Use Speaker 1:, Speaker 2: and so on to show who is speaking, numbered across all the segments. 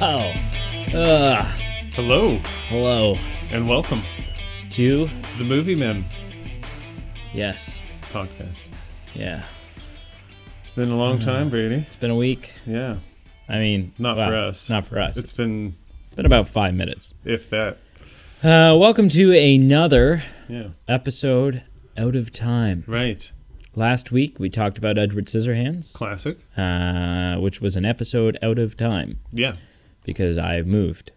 Speaker 1: oh. Ugh.
Speaker 2: Hello
Speaker 1: hello
Speaker 2: and welcome
Speaker 1: to
Speaker 2: to the Movie Men
Speaker 1: yes,
Speaker 2: podcast. Mm-hmm.
Speaker 1: yeah.
Speaker 2: It's been a long time, Brady.
Speaker 1: It's been a week.
Speaker 2: Yeah,
Speaker 1: I mean,
Speaker 2: Not
Speaker 1: wow,
Speaker 2: for us.
Speaker 1: Not for us.
Speaker 2: it's been
Speaker 1: it's been about five minutes.
Speaker 2: if that.
Speaker 1: Uh, welcome to another
Speaker 2: Yeah,
Speaker 1: episode out of time.
Speaker 2: right.
Speaker 1: Last week we talked about Edward Scissorhands,
Speaker 2: Classic.
Speaker 1: uh, which was an episode out of time
Speaker 2: Yeah,
Speaker 1: because I moved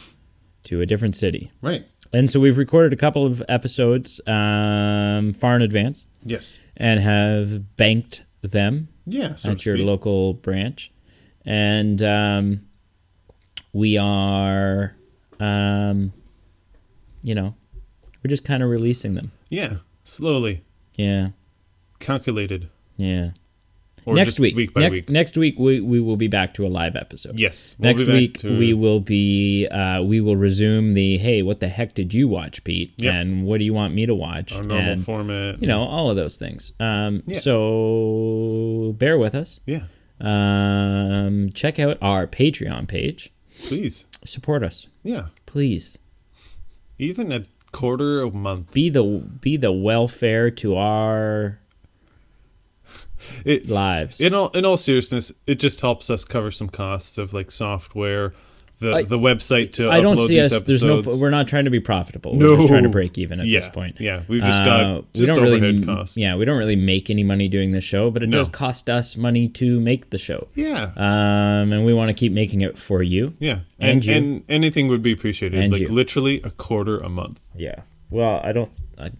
Speaker 1: to a different city,
Speaker 2: right.
Speaker 1: and so we've recorded a couple of episodes um, far in advance
Speaker 2: Yes.
Speaker 1: and have banked them
Speaker 2: Yeah. So
Speaker 1: at
Speaker 2: to
Speaker 1: your
Speaker 2: speak.
Speaker 1: local branch. And um, we are, um, you know, we're just kind of releasing them.
Speaker 2: Yeah, slowly
Speaker 1: Yeah.
Speaker 2: calculated.
Speaker 1: Yeah.
Speaker 2: Or
Speaker 1: next
Speaker 2: just
Speaker 1: week.
Speaker 2: Week by
Speaker 1: next,
Speaker 2: week.
Speaker 1: Next week, we, we will be back to a live episode.
Speaker 2: Yes. we'll
Speaker 1: Next
Speaker 2: be back
Speaker 1: week
Speaker 2: to-
Speaker 1: we will be uh, we will resume the hey what the heck did you watch Pete
Speaker 2: Yep.
Speaker 1: and what do you want me to watch
Speaker 2: our normal
Speaker 1: and
Speaker 2: format.
Speaker 1: you know all of those things um,
Speaker 2: Yeah.
Speaker 1: so bear with us
Speaker 2: Yeah.
Speaker 1: um, check out our Patreon page
Speaker 2: Please.
Speaker 1: support us
Speaker 2: Yeah.
Speaker 1: please
Speaker 2: Even a quarter a month.
Speaker 1: be the be the welfare to our
Speaker 2: It,
Speaker 1: lives
Speaker 2: In all in all seriousness, it just helps us cover some costs of like software, the
Speaker 1: I-
Speaker 2: the website to
Speaker 1: i don't
Speaker 2: upload
Speaker 1: see
Speaker 2: these
Speaker 1: us there's no
Speaker 2: episodes.
Speaker 1: we're not trying to be profitable we're just trying to
Speaker 2: No.
Speaker 1: break even at
Speaker 2: yeah,
Speaker 1: this point
Speaker 2: Yeah, we've just
Speaker 1: Uh,
Speaker 2: got just overhead
Speaker 1: really
Speaker 2: costs.
Speaker 1: yeah we don't really make any money doing this show but it
Speaker 2: No.
Speaker 1: does cost us money to make the show
Speaker 2: Yeah.
Speaker 1: um and we want to keep making it for you
Speaker 2: yeah.
Speaker 1: and
Speaker 2: And, and,
Speaker 1: you.
Speaker 2: anything would be appreciated.
Speaker 1: And
Speaker 2: like
Speaker 1: you.
Speaker 2: literally a quarter a month.
Speaker 1: yeah well i don't i,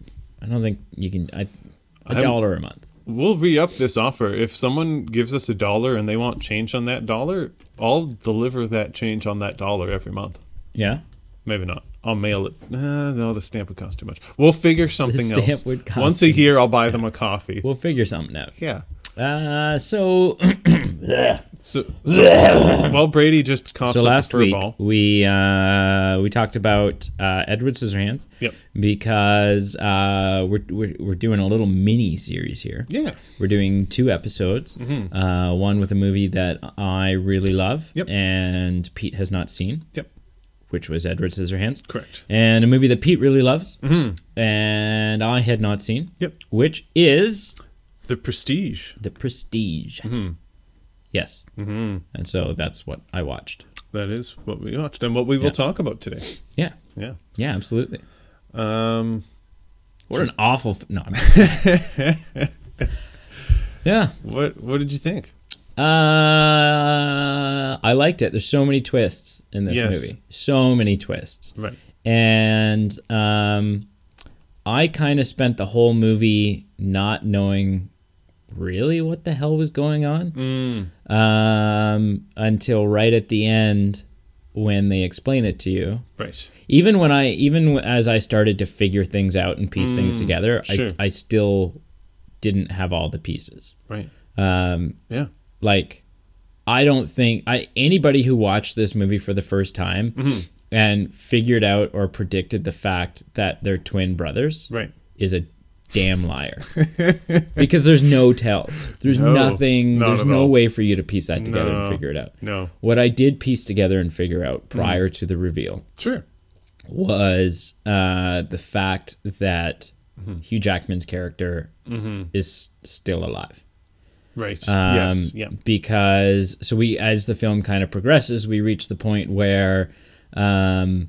Speaker 1: I don't think you can I a
Speaker 2: I'm-
Speaker 1: dollar a month
Speaker 2: We'll re up this offer. If someone gives us a dollar and they want change on that dollar, I'll deliver that change on that dollar every month.
Speaker 1: yeah
Speaker 2: Maybe not. I'll mail it. Nah, no, the stamp would cost too much. We'll figure something
Speaker 1: stamp
Speaker 2: else.
Speaker 1: would cost
Speaker 2: Once a
Speaker 1: too
Speaker 2: year, I'll buy them a coffee.
Speaker 1: we'll figure something out
Speaker 2: yeah.
Speaker 1: uh so
Speaker 2: So, so well, Brady just coughs
Speaker 1: So
Speaker 2: up
Speaker 1: last
Speaker 2: a
Speaker 1: week
Speaker 2: ball.
Speaker 1: we uh, we talked about uh, Edward Scissorhands.
Speaker 2: Yep.
Speaker 1: Because uh, we're, we're we're doing a little mini series here.
Speaker 2: Yeah. Mm-hmm.
Speaker 1: We're doing two episodes. Uh, one with a movie that I really love
Speaker 2: Yep.
Speaker 1: and Pete has not seen,
Speaker 2: Yep.
Speaker 1: which was Edward Scissorhands.
Speaker 2: Correct.
Speaker 1: And a movie that Pete really loves and I had not seen.
Speaker 2: Mm-hmm. Yep.
Speaker 1: Which is
Speaker 2: The Prestige.
Speaker 1: The Prestige.
Speaker 2: Mm-hmm.
Speaker 1: Yes. Mm-hmm. And so that's what I watched.
Speaker 2: That is what we watched and what we will
Speaker 1: Yeah.
Speaker 2: talk about today.
Speaker 1: Yeah.
Speaker 2: Yeah.
Speaker 1: Yeah. Absolutely.
Speaker 2: Um,
Speaker 1: What an awful. F- no. I'm yeah.
Speaker 2: what What did you think?
Speaker 1: Uh, I liked it. There's so many twists in this
Speaker 2: Yes.
Speaker 1: movie. So many twists.
Speaker 2: Right.
Speaker 1: And um, I kind of spent the whole movie not knowing really what the hell was going on um, until right at the end when they explain it to you.
Speaker 2: Right.
Speaker 1: even when I even as I started to figure things out and piece things together,
Speaker 2: Mm, sure.
Speaker 1: I, I still didn't have all the pieces.
Speaker 2: Right.
Speaker 1: Um,
Speaker 2: Yeah.
Speaker 1: like I don't think I anybody who watched this movie for the first time
Speaker 2: Mm-hmm.
Speaker 1: and figured out or predicted the fact that they're twin brothers
Speaker 2: Right.
Speaker 1: is a damn liar because there's no tells. There's
Speaker 2: No,
Speaker 1: nothing.
Speaker 2: not
Speaker 1: There's
Speaker 2: at
Speaker 1: no
Speaker 2: all.
Speaker 1: way for you to piece that together and
Speaker 2: No,
Speaker 1: figure it out.
Speaker 2: no. Mm.
Speaker 1: What I did piece together and figure out prior to the reveal
Speaker 2: Sure.
Speaker 1: was uh, the fact that
Speaker 2: Mm-hmm.
Speaker 1: Hugh Jackman's character is still alive.
Speaker 2: Right.
Speaker 1: Um,
Speaker 2: yes. Yeah.
Speaker 1: Because so we, as the film kind of progresses, we reach the point where um,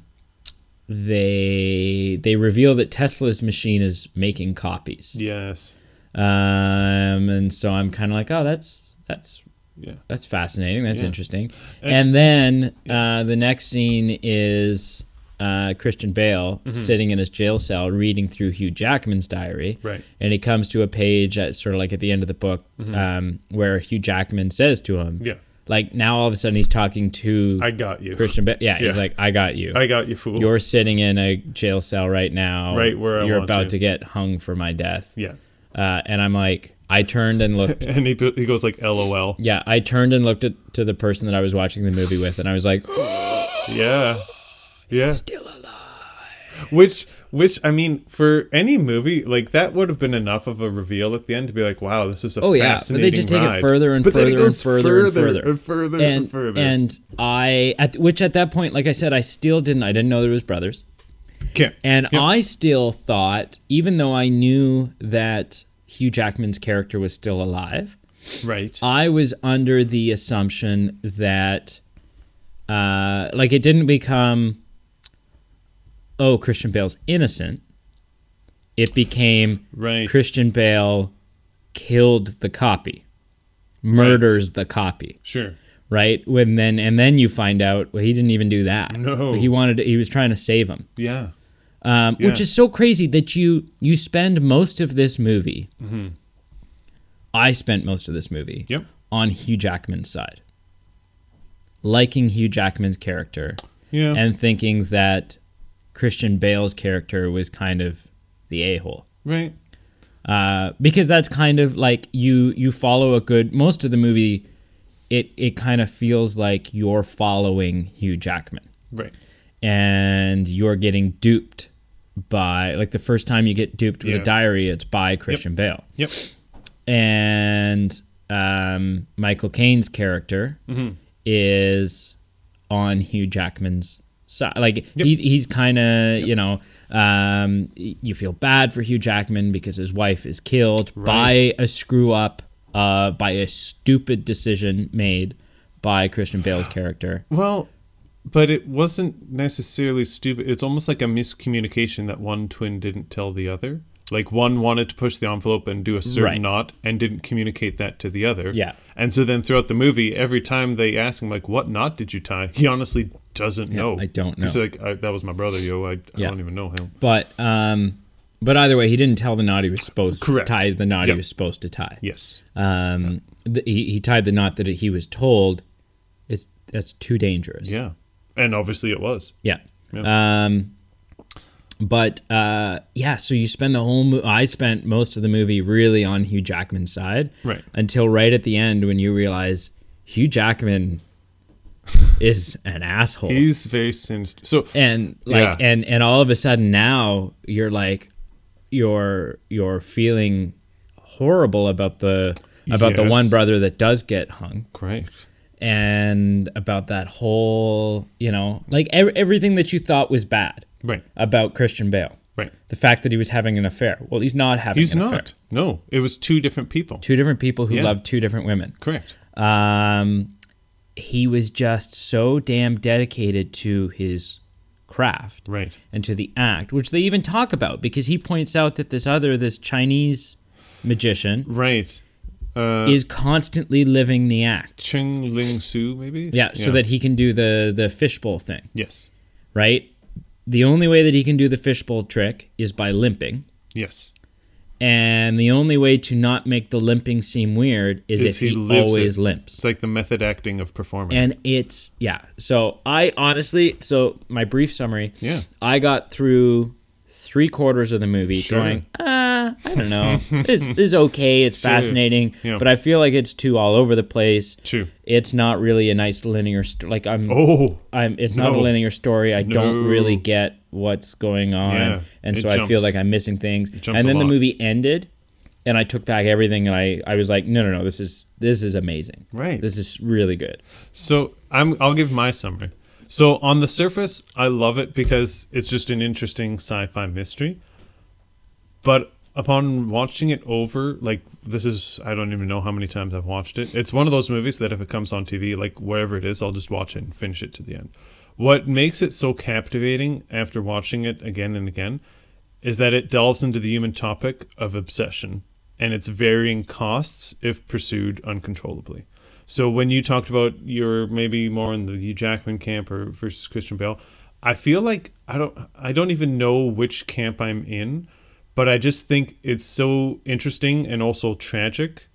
Speaker 1: they they reveal that Tesla's machine is making copies.
Speaker 2: Yes.
Speaker 1: Um, and so I'm kind of like, oh, that's that's
Speaker 2: Yeah.
Speaker 1: that's fascinating. That's
Speaker 2: Yeah.
Speaker 1: interesting. And, then uh, the next scene is uh, Christian Bale
Speaker 2: Mm-hmm.
Speaker 1: sitting in his jail cell reading through Hugh Jackman's diary.
Speaker 2: Right. Mm-hmm.
Speaker 1: And he comes to a page at sort of like at the end of the book um, where Hugh Jackman says to him,
Speaker 2: Yeah.
Speaker 1: like now all of a sudden he's talking to
Speaker 2: I got you.
Speaker 1: Christian Bale. Yeah, he's
Speaker 2: Yeah.
Speaker 1: like, I got you.
Speaker 2: I got you, fool.
Speaker 1: You're sitting in a jail cell right now.
Speaker 2: Right where I
Speaker 1: you're
Speaker 2: want
Speaker 1: about
Speaker 2: you."
Speaker 1: to get hung for my death.
Speaker 2: yeah.
Speaker 1: Uh, and I'm like, I turned and looked
Speaker 2: And he he goes like, "LOL."
Speaker 1: yeah, I turned and looked at to the person that I was watching the movie with, and I was like,
Speaker 2: Yeah. Yeah.
Speaker 1: "Still alive."
Speaker 2: Which, which I mean, for any movie, like that would have been enough of a reveal at the end to be like, "Wow, this is a
Speaker 1: Oh yeah, but
Speaker 2: fascinating
Speaker 1: they just take
Speaker 2: ride.
Speaker 1: it further and
Speaker 2: But then
Speaker 1: further
Speaker 2: it
Speaker 1: and
Speaker 2: goes
Speaker 1: further, and further
Speaker 2: and further and
Speaker 1: and
Speaker 2: further.
Speaker 1: and I at which at that point, like I said, I still didn't. I didn't know there was brothers,
Speaker 2: Okay.
Speaker 1: and
Speaker 2: Yep.
Speaker 1: I still thought, even though I knew that Hugh Jackman's character was still alive,
Speaker 2: right.
Speaker 1: I was under the assumption that, uh, like, it didn't become, oh, Christian Bale's innocent. It became
Speaker 2: Right.
Speaker 1: Christian Bale killed the copy, murders the copy,
Speaker 2: Sure.
Speaker 1: right? When then and then you find out well, he didn't even do that.
Speaker 2: No.
Speaker 1: Like, he wanted. He was trying to save him
Speaker 2: Yeah.
Speaker 1: um, which
Speaker 2: Yeah.
Speaker 1: is so crazy that you you spend most of this movie. I spent most of this movie
Speaker 2: Mm-hmm. Yep.
Speaker 1: on Hugh Jackman's side, liking Hugh Jackman's character,
Speaker 2: Yeah.
Speaker 1: and thinking that Christian Bale's character was kind of the a hole.
Speaker 2: right.
Speaker 1: Uh, because that's kind of like you you follow a good most of the movie. It it kind of feels like you're following Hugh Jackman
Speaker 2: Right.
Speaker 1: and you're getting duped by like the first time you get duped with a
Speaker 2: Yes.
Speaker 1: diary it's by christian bale
Speaker 2: Yep.
Speaker 1: and um, michael caine's character
Speaker 2: Mm-hmm.
Speaker 1: is on hugh jackman's side like he, he's kind of you know um, y- you feel bad for hugh jackman because his wife is killed
Speaker 2: Right.
Speaker 1: by a screw up uh, by a stupid decision made by christian bale's character
Speaker 2: Well, but it wasn't necessarily stupid. It's almost like a miscommunication that one twin didn't tell the other. Like one wanted to push the envelope and do a certain
Speaker 1: Right.
Speaker 2: knot and didn't communicate that to the other.
Speaker 1: Yeah.
Speaker 2: And so then throughout the movie, every time they ask him like, "What knot did you tie?" He honestly doesn't know.
Speaker 1: I don't
Speaker 2: He's
Speaker 1: know.
Speaker 2: like, I, "That was my brother, yo. I, I
Speaker 1: Yeah.
Speaker 2: don't even know him."
Speaker 1: But um, but either way, he didn't tell the knot he was supposed
Speaker 2: Correct.
Speaker 1: to tie the knot
Speaker 2: Yep.
Speaker 1: he was supposed to tie.
Speaker 2: Yes.
Speaker 1: Um, th- he, he tied the knot that he was told. It's that's too dangerous.
Speaker 2: Yeah. And obviously it was.
Speaker 1: Yeah. Um, but uh, yeah, so you spend the whole. Mo- I spent most of the movie really on Hugh Jackman's side,
Speaker 2: Right.
Speaker 1: Until right at the end when you realize Hugh Jackman is an asshole.
Speaker 2: He's very sinister. So
Speaker 1: and like
Speaker 2: Yeah.
Speaker 1: and and all of a sudden now you're like you're you're feeling horrible about the about the
Speaker 2: Yes.
Speaker 1: one brother that does get hung
Speaker 2: great.
Speaker 1: and about that whole you know like ev- everything that you thought was bad
Speaker 2: Right.
Speaker 1: about Christian Bale
Speaker 2: Right.
Speaker 1: the fact that he was having an affair well he's not having
Speaker 2: He's
Speaker 1: an
Speaker 2: not.
Speaker 1: affair
Speaker 2: No. It was two different people.
Speaker 1: two different people who
Speaker 2: Yeah.
Speaker 1: love two different women
Speaker 2: Correct.
Speaker 1: um he was just so damn dedicated to his craft
Speaker 2: Right.
Speaker 1: and to the act, which they even talk about because he points out that this other, this Chinese magician,
Speaker 2: Right. Uh,
Speaker 1: is constantly living the act.
Speaker 2: Cheng Ling Su, maybe?
Speaker 1: Yeah, so that he can do the the fishbowl thing,
Speaker 2: Yes.
Speaker 1: right? The only way that he can do the fishbowl trick is by limping.
Speaker 2: Yes.
Speaker 1: And the only way to not make the limping seem weird is,
Speaker 2: Is
Speaker 1: if
Speaker 2: he
Speaker 1: he,
Speaker 2: lives
Speaker 1: always
Speaker 2: it.
Speaker 1: limps.
Speaker 2: It's like the method acting of performing.
Speaker 1: and it's yeah so i honestly so my brief summary
Speaker 2: Yeah.
Speaker 1: i got through three quarters of the movie
Speaker 2: Sure.
Speaker 1: going uh i don't know it's, it's okay it's
Speaker 2: Sure.
Speaker 1: fascinating
Speaker 2: Yeah.
Speaker 1: but i feel like it's too all over the place
Speaker 2: True.
Speaker 1: it's not really a nice linear st- like i'm
Speaker 2: Oh.
Speaker 1: i'm it's not a
Speaker 2: no.
Speaker 1: linear story i don't
Speaker 2: No.
Speaker 1: really get what's going on
Speaker 2: Yeah,
Speaker 1: and
Speaker 2: it
Speaker 1: so i feel
Speaker 2: jumps.
Speaker 1: like i'm missing things
Speaker 2: jumps
Speaker 1: and
Speaker 2: a
Speaker 1: then the
Speaker 2: lot.
Speaker 1: movie ended and i took back everything and i i was like no no no this is this is amazing
Speaker 2: Right.
Speaker 1: this is really good
Speaker 2: So I'm I'll give my summary. So on the surface, I love it because it's just an interesting sci-fi mystery. But upon watching it over, like this is I don't even know how many times I've watched it. It's one of those movies that if it comes on TV, like wherever it is, I'll just watch it and finish it to the end. What makes it so captivating after watching it again and again is that it delves into the human topic of obsession and its varying costs if pursued uncontrollably. So when you talked about you're maybe more in the Hugh Jackman camp or versus Christian Bale, I feel like I don't I don't even know which camp I'm in, but I just think it's so interesting and also tragic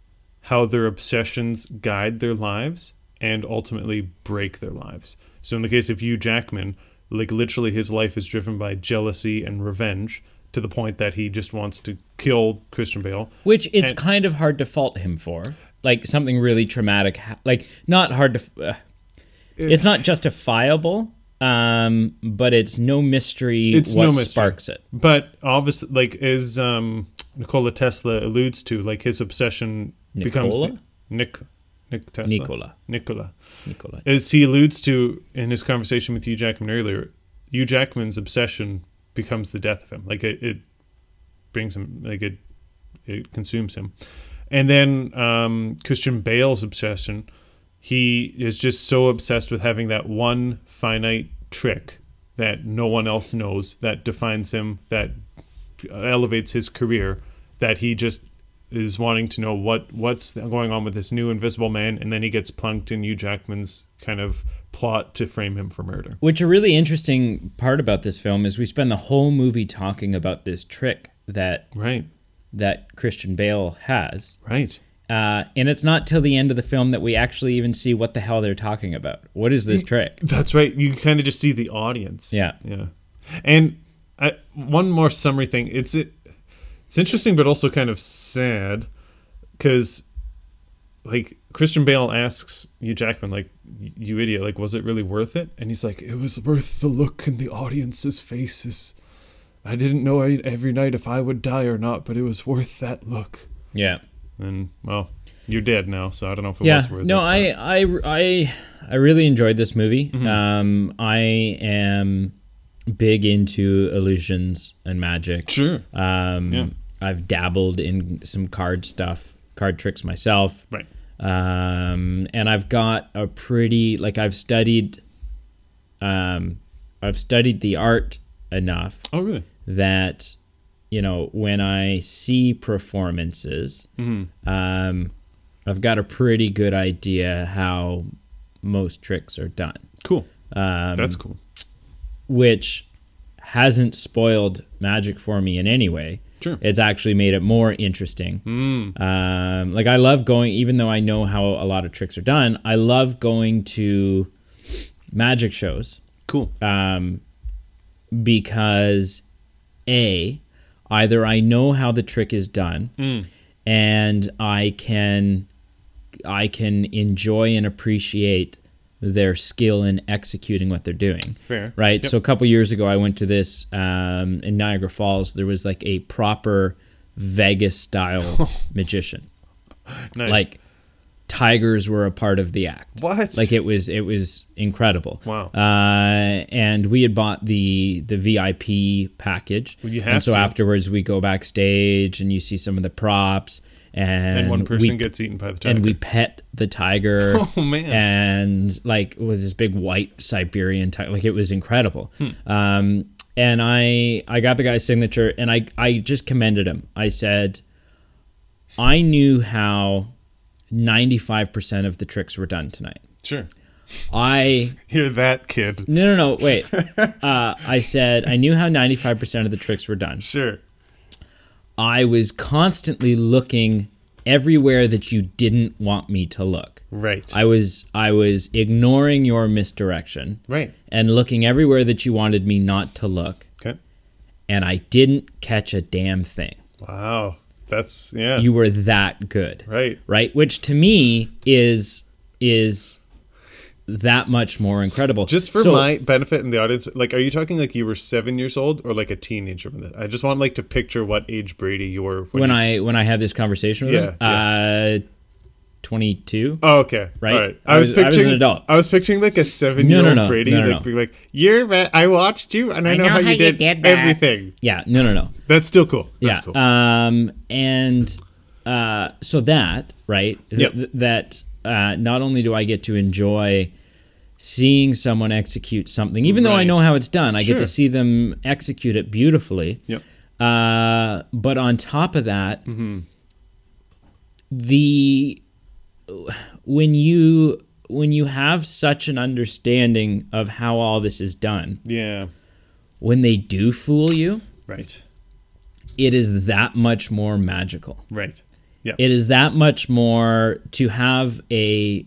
Speaker 2: how their obsessions guide their lives and ultimately break their lives. So in the case of Hugh Jackman, like literally his life is driven by jealousy and revenge to the point that he just wants to kill Christian Bale.
Speaker 1: Which it's
Speaker 2: And-
Speaker 1: kind of hard to fault him for. Like something really traumatic, ha- like not hard to. Uh, it's not justifiable, um, but it's no mystery
Speaker 2: It's
Speaker 1: what
Speaker 2: no mystery.
Speaker 1: sparks it.
Speaker 2: But obviously, like as um, Nikola Tesla alludes to, like his obsession becomes
Speaker 1: Nikola?
Speaker 2: Nick, Nick Tesla,
Speaker 1: Nicola.
Speaker 2: Nikola.
Speaker 1: Nicola.
Speaker 2: As he alludes to in his conversation with Hugh Jackman earlier, Hugh Jackman's obsession becomes the death of him. Like it, it brings him, like it, it consumes him. And then um, Christian Bale's obsession, he is just so obsessed with having that one finite trick that no one else knows that defines him, that elevates his career, that he just is wanting to know what what's going on with this new invisible man, and then he gets plunked in Hugh Jackman's kind of plot to frame him for murder.
Speaker 1: Which a really interesting part about this film is we spend the whole movie talking about this trick that
Speaker 2: Right,
Speaker 1: that Christian Bale has.
Speaker 2: right.
Speaker 1: Uh, and it's not till the end of the film that we actually even see what the hell they're talking about. What is this trick?
Speaker 2: That's right. You kind of just see the audience.
Speaker 1: Yeah.
Speaker 2: Yeah. And I, one more summary thing. It's it, it's interesting, but also kind of sad, because like Christian Bale asks Hugh Jackman, like, "You idiot! Like, was it really worth it?" And he's like, "It was worth the look in the audience's faces. I didn't know I, every night if I would die or not, but it was worth that look."
Speaker 1: Yeah.
Speaker 2: And well, you're dead now, so I don't know if it
Speaker 1: Yeah.
Speaker 2: was worth it. Mm-hmm.
Speaker 1: No,
Speaker 2: but-
Speaker 1: I, I, I, I really enjoyed this movie. Um, I am big into illusions and magic.
Speaker 2: sure.
Speaker 1: Um,
Speaker 2: Yeah.
Speaker 1: I've dabbled in some card stuff, card tricks myself.
Speaker 2: Right.
Speaker 1: um, and I've got a pretty like I've studied, um, I've studied the art enough
Speaker 2: Oh, really?
Speaker 1: that you know when I see performances, um, I've got a pretty good idea how most tricks are done,
Speaker 2: Cool. That's cool.
Speaker 1: which hasn't spoiled magic for me in any way.
Speaker 2: Sure.
Speaker 1: It's actually made it more interesting. Um, like I love going, even though I know how a lot of tricks are done, I love going to magic shows
Speaker 2: Cool.
Speaker 1: um, because a either I know how the trick is done
Speaker 2: Mm.
Speaker 1: and I can I can enjoy and appreciate their skill in executing what they're doing.
Speaker 2: Fair.
Speaker 1: Right.
Speaker 2: Yep.
Speaker 1: So a couple years ago, I went to this um, in Niagara Falls. There was like a proper Vegas style magician.
Speaker 2: Nice.
Speaker 1: Like tigers were a part of the act.
Speaker 2: What?
Speaker 1: Like it was it was incredible.
Speaker 2: Wow.
Speaker 1: Uh, and we had bought the the VIP package.
Speaker 2: Well, you
Speaker 1: and
Speaker 2: have
Speaker 1: so
Speaker 2: to.
Speaker 1: afterwards we go backstage and you see some of the props and,
Speaker 2: and, one person
Speaker 1: we,
Speaker 2: gets eaten by the tiger.
Speaker 1: and we pet the tiger.
Speaker 2: Oh, man.
Speaker 1: And like with this big white Siberian tiger, like it was incredible. Um, and I I got the guy's signature, and I I just commended him. I said, I knew how ninety five percent of the tricks were done tonight.
Speaker 2: sure.
Speaker 1: I
Speaker 2: Hear that, kid.
Speaker 1: no no no wait. Uh, I said I knew how ninety five percent of the tricks were done.
Speaker 2: Sure.
Speaker 1: I was constantly looking everywhere that you didn't want me to look.
Speaker 2: Right.
Speaker 1: I was I was ignoring your misdirection
Speaker 2: right.
Speaker 1: and looking everywhere that you wanted me not to look,
Speaker 2: Okay.
Speaker 1: and I didn't catch a damn thing.
Speaker 2: Wow. That's yeah.
Speaker 1: You were that good.
Speaker 2: right.
Speaker 1: Right? Which to me is is that much more incredible.
Speaker 2: Just for
Speaker 1: So-
Speaker 2: my benefit and the audience, like, are you talking like you were seven years old or like a teenager? when that- I just want like to picture what age Brady you were when.
Speaker 1: when
Speaker 2: you-
Speaker 1: I when I had this conversation with him,
Speaker 2: Yeah,
Speaker 1: uh, twenty two.
Speaker 2: Oh, okay.
Speaker 1: Right?
Speaker 2: All right.
Speaker 1: I
Speaker 2: I was,
Speaker 1: was- I was an
Speaker 2: picturing
Speaker 1: adult.
Speaker 2: I was picturing like a seven-year-old
Speaker 1: No, no, no.
Speaker 2: Brady,
Speaker 1: No, no,
Speaker 2: like
Speaker 1: no.
Speaker 2: being like, "You're. Right. I watched you, and I, know, how, you did,
Speaker 3: that."
Speaker 2: everything."
Speaker 1: Yeah, no, no, no.
Speaker 2: That's still cool. That's
Speaker 1: yeah.
Speaker 2: cool.
Speaker 1: Um, and uh, so that right, th-
Speaker 2: Yep.
Speaker 1: th- that uh, not only do I get to enjoy seeing someone execute something, even though I
Speaker 2: Right.
Speaker 1: know how it's done, I get
Speaker 2: Sure.
Speaker 1: to see them execute it beautifully.
Speaker 2: Yep. Mm-hmm.
Speaker 1: Uh, but on top of that, the when you when you have such an understanding of how all this is done,
Speaker 2: Yeah.
Speaker 1: when they do fool you,
Speaker 2: Right.
Speaker 1: it is that much more magical.
Speaker 2: Right. Yeah.
Speaker 1: It is that much more to have a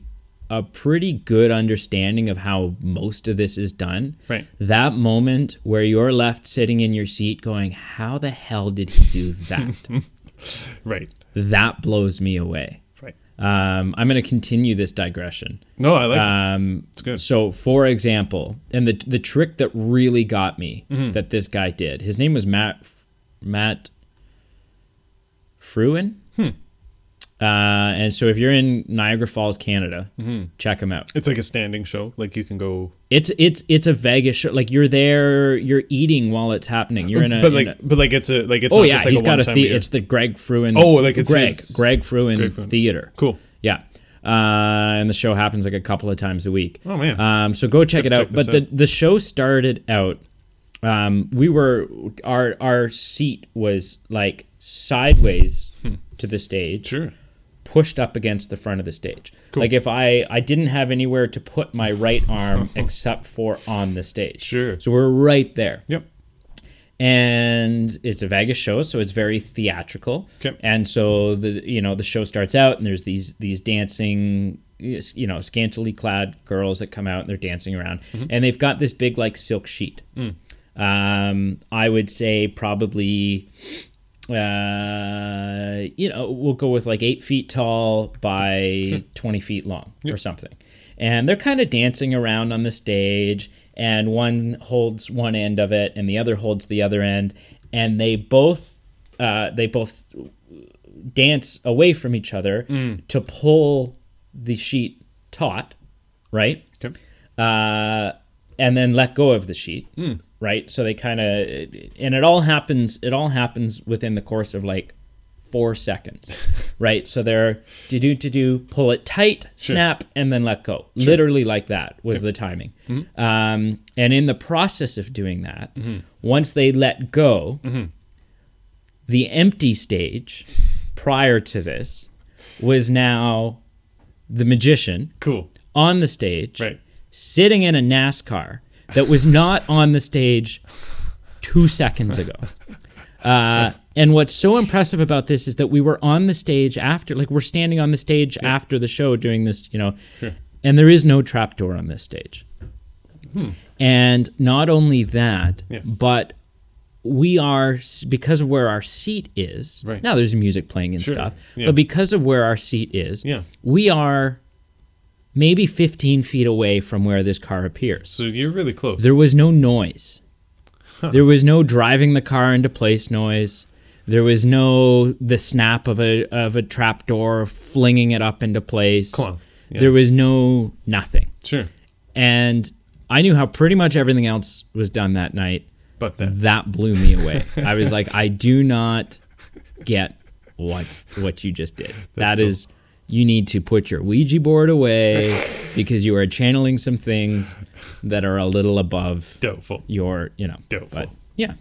Speaker 1: a pretty good understanding of how most of this is done.
Speaker 2: Right.
Speaker 1: That moment where you're left sitting in your seat going, "How the hell did he do that?"
Speaker 2: right.
Speaker 1: that blows me away.
Speaker 2: Right.
Speaker 1: Um, I'm going to continue this digression.
Speaker 2: No, I like
Speaker 1: Um,
Speaker 2: It's good.
Speaker 1: So, for example, and the the trick that really got me
Speaker 2: Mm-hmm.
Speaker 1: that this guy did. His name was Matt Matt Fruin.
Speaker 2: Hmm.
Speaker 1: Uh, and so, if you're in Niagara Falls, Canada,
Speaker 2: Mm-hmm.
Speaker 1: check him out.
Speaker 2: it. It's like a standing show. Like you can go,
Speaker 1: It's it's it's a Vegas show. Like you're there, you're eating while it's happening. You're in a
Speaker 2: but
Speaker 1: in
Speaker 2: like,
Speaker 1: a-
Speaker 2: but like it's a like it's
Speaker 1: uh, oh
Speaker 2: not
Speaker 1: yeah,
Speaker 2: just like
Speaker 1: he's
Speaker 2: a
Speaker 1: got a
Speaker 2: one-time
Speaker 1: theater.
Speaker 2: year.
Speaker 1: It's the Greg Fruin.
Speaker 2: Oh, like it's
Speaker 1: Greg
Speaker 2: his-
Speaker 1: Greg Fruin,
Speaker 2: Greg Fruin.
Speaker 1: theater.
Speaker 2: Cool.
Speaker 1: Yeah. Uh, and the show happens like a couple of times a week.
Speaker 2: Oh, man.
Speaker 1: Um, so go check it
Speaker 2: Gotta
Speaker 1: out.
Speaker 2: check this
Speaker 1: but the
Speaker 2: out.
Speaker 1: the show started out. Um, we were our our seat was like sideways to the stage,
Speaker 2: Hmm. Sure.
Speaker 1: pushed up against the front of the stage.
Speaker 2: Cool.
Speaker 1: Like if I I didn't have anywhere to put my right arm except for on the stage.
Speaker 2: Sure.
Speaker 1: So we're right there
Speaker 2: Yep.
Speaker 1: and it's a Vegas show, so it's very theatrical.
Speaker 2: Okay.
Speaker 1: And so the you know the show starts out, and there's these these dancing you know scantily clad girls that come out and they're dancing around, and they've got this big like silk sheet. Um, I would say probably. Uh, you know, we'll go with like eight feet tall by 20 feet long or something. And they're kind of dancing around on the stage, and one holds one end of it, and the other holds the other end, and they both, uh, they both dance away from each other to pull the sheet taut, right?
Speaker 2: Okay.
Speaker 1: uh, and then let go of the sheet, right? So they kind of, and it all happens. It all happens within the course of like four seconds, right? So they're to do to do, pull it tight, snap, and then let go. Literally like that was the timing. Um, and in the process of doing that, once they let go, the empty stage prior to this was now the magician
Speaker 2: Cool.
Speaker 1: on the stage,
Speaker 2: Right.
Speaker 1: sitting in a NASCAR that was not on the stage two seconds ago. Uh, and what's so impressive about this is that we were on the stage after, like, we're standing on the stage after the show doing this, you know, and there is no trapdoor on this stage. And not only that,
Speaker 2: Hmm. Yeah.
Speaker 1: but we are because of where our seat is.
Speaker 2: Right.
Speaker 1: Now there's music playing and
Speaker 2: Sure.
Speaker 1: stuff,
Speaker 2: Yeah.
Speaker 1: but because of where our seat is,
Speaker 2: Yeah.
Speaker 1: we are maybe 15 feet away from where this car appears.
Speaker 2: So you're really close.
Speaker 1: There was no noise. There was no driving the car into place noise. There was no the snap of a of a trapdoor flinging it up into place.
Speaker 2: Clung, yeah.
Speaker 1: There was no nothing.
Speaker 2: Sure.
Speaker 1: And I knew how pretty much everything else was done that night.
Speaker 2: But then
Speaker 1: That blew me away. I was like, I do not get what what you just did. That's
Speaker 2: cool.
Speaker 1: you need to put your Ouija board away because you are channeling some things that are a little above
Speaker 2: doubtful.
Speaker 1: your, you know.
Speaker 2: Doubtful.
Speaker 1: But yeah.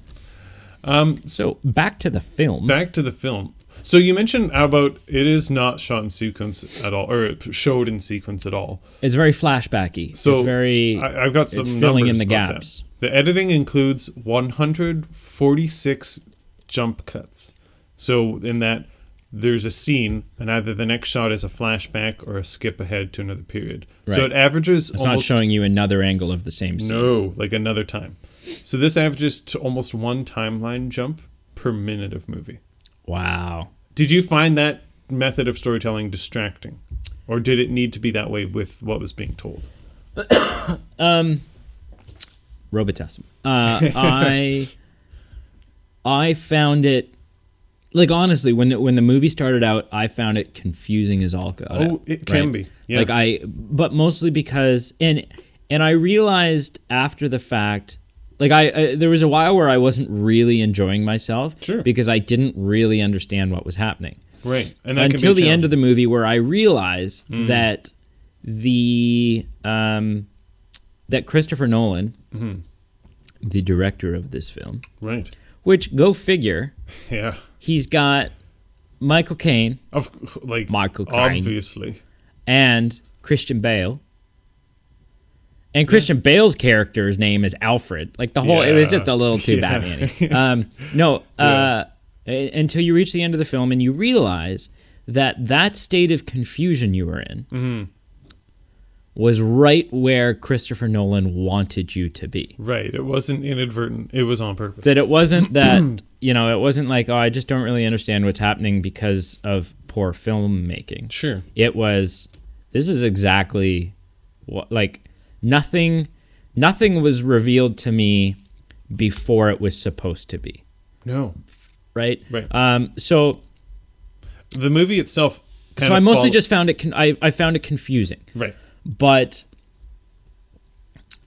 Speaker 2: Um.
Speaker 1: So back to the film.
Speaker 2: back to the film. So you mentioned about it is not shot in sequence at all, or showed in sequence at all.
Speaker 1: it's very flashbacky.
Speaker 2: So
Speaker 1: it's very
Speaker 2: I, I've got some
Speaker 1: filling in
Speaker 2: numbers
Speaker 1: the
Speaker 2: about that.
Speaker 1: gaps.
Speaker 2: The editing includes 146 jump cuts. So in that, there's a scene, and either the next shot is a flashback or a skip ahead to another period. So
Speaker 1: Right.
Speaker 2: it averages
Speaker 1: it's not
Speaker 2: almost
Speaker 1: showing you another angle of the same scene.
Speaker 2: no, like another time. So this averages to almost one timeline jump per minute of movie.
Speaker 1: Wow.
Speaker 2: Did you find that method of storytelling distracting? Or did it need to be that way with what was being told?
Speaker 1: Robitussin. Uh, I I found it like honestly when the, when the movie started out, I found it confusing as all. got
Speaker 2: Oh, it can be. Yeah.
Speaker 1: Like I, but mostly because and and I realized after the fact. Like I, I, there was a while where I wasn't really enjoying myself,
Speaker 2: Sure.
Speaker 1: because I didn't really understand what was happening
Speaker 2: Right. And
Speaker 1: until the end of the movie where I realize that the um, that Christopher Nolan, the director of this film,
Speaker 2: Right.
Speaker 1: which go figure,
Speaker 2: Yeah.
Speaker 1: he's got Michael Caine
Speaker 2: Of like
Speaker 1: Michael Caine.
Speaker 2: obviously.
Speaker 1: and Christian Bale. And Christian Bale's character's name is Alfred. Like the whole, it was
Speaker 2: Yeah.
Speaker 1: just a little too
Speaker 2: Yeah.
Speaker 1: Batman. Um, no, uh, a- until you reach the end of the film and you realize that that state of confusion you were in
Speaker 2: Mm-hmm.
Speaker 1: was right where Christopher Nolan wanted you to be.
Speaker 2: Right. It wasn't inadvertent. It was on purpose.
Speaker 1: That it wasn't that you know, it wasn't like oh, I just don't really understand what's happening because of poor filmmaking.
Speaker 2: Sure.
Speaker 1: It was this is exactly what like nothing nothing was revealed to me before it was supposed to be,
Speaker 2: No.
Speaker 1: right?
Speaker 2: Right.
Speaker 1: Um so
Speaker 2: The movie itself. Kind
Speaker 1: so
Speaker 2: of
Speaker 1: I mostly
Speaker 2: follow-
Speaker 1: just found it con- I I found it confusing.
Speaker 2: right.
Speaker 1: but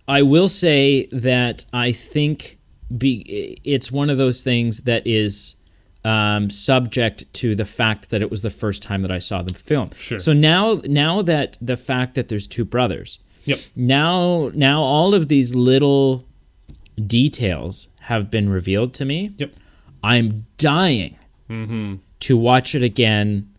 Speaker 1: I will say that I think be, it's one of those things that is um, subject to the fact that it was the first time that I saw the film.
Speaker 2: Sure.
Speaker 1: So now, now that the fact that there's two brothers,
Speaker 2: Yep.
Speaker 1: now now all of these little details have been revealed to me.
Speaker 2: Yep.
Speaker 1: I'm dying
Speaker 2: Mm-hmm.
Speaker 1: to watch it again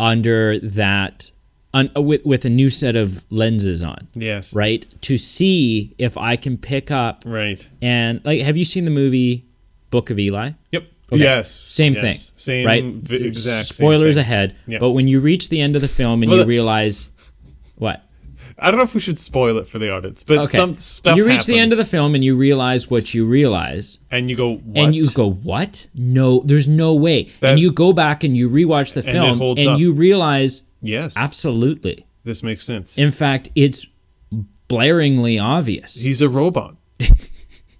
Speaker 1: under that un, uh, with with a new set of lenses on,
Speaker 2: Yes.
Speaker 1: right? To see if I can pick up
Speaker 2: Right.
Speaker 1: and like have you seen the movie Book of Eli?
Speaker 2: Yep.
Speaker 1: Okay.
Speaker 2: Yes.
Speaker 1: Same
Speaker 2: yes.
Speaker 1: thing.
Speaker 2: Same.
Speaker 1: right?
Speaker 2: Vi- exact. same
Speaker 1: Spoilers
Speaker 2: thing.
Speaker 1: ahead.
Speaker 2: Yeah.
Speaker 1: But when you reach the end of the film and
Speaker 2: Well,
Speaker 1: you
Speaker 2: the-
Speaker 1: realize what?
Speaker 2: I don't know if we should spoil it for the audience, but some stuff.
Speaker 1: You reach the end of the
Speaker 2: happens
Speaker 1: film and you realize what you realize,
Speaker 2: and you go what?
Speaker 1: and you go, "What? No, there's no way."
Speaker 2: That-
Speaker 1: and you go back and you rewatch the
Speaker 2: it
Speaker 1: film, and,
Speaker 2: holds up.
Speaker 1: you realize,
Speaker 2: yes,
Speaker 1: absolutely.
Speaker 2: this makes sense.
Speaker 1: In fact, it's blaringly obvious.
Speaker 2: He's a robot.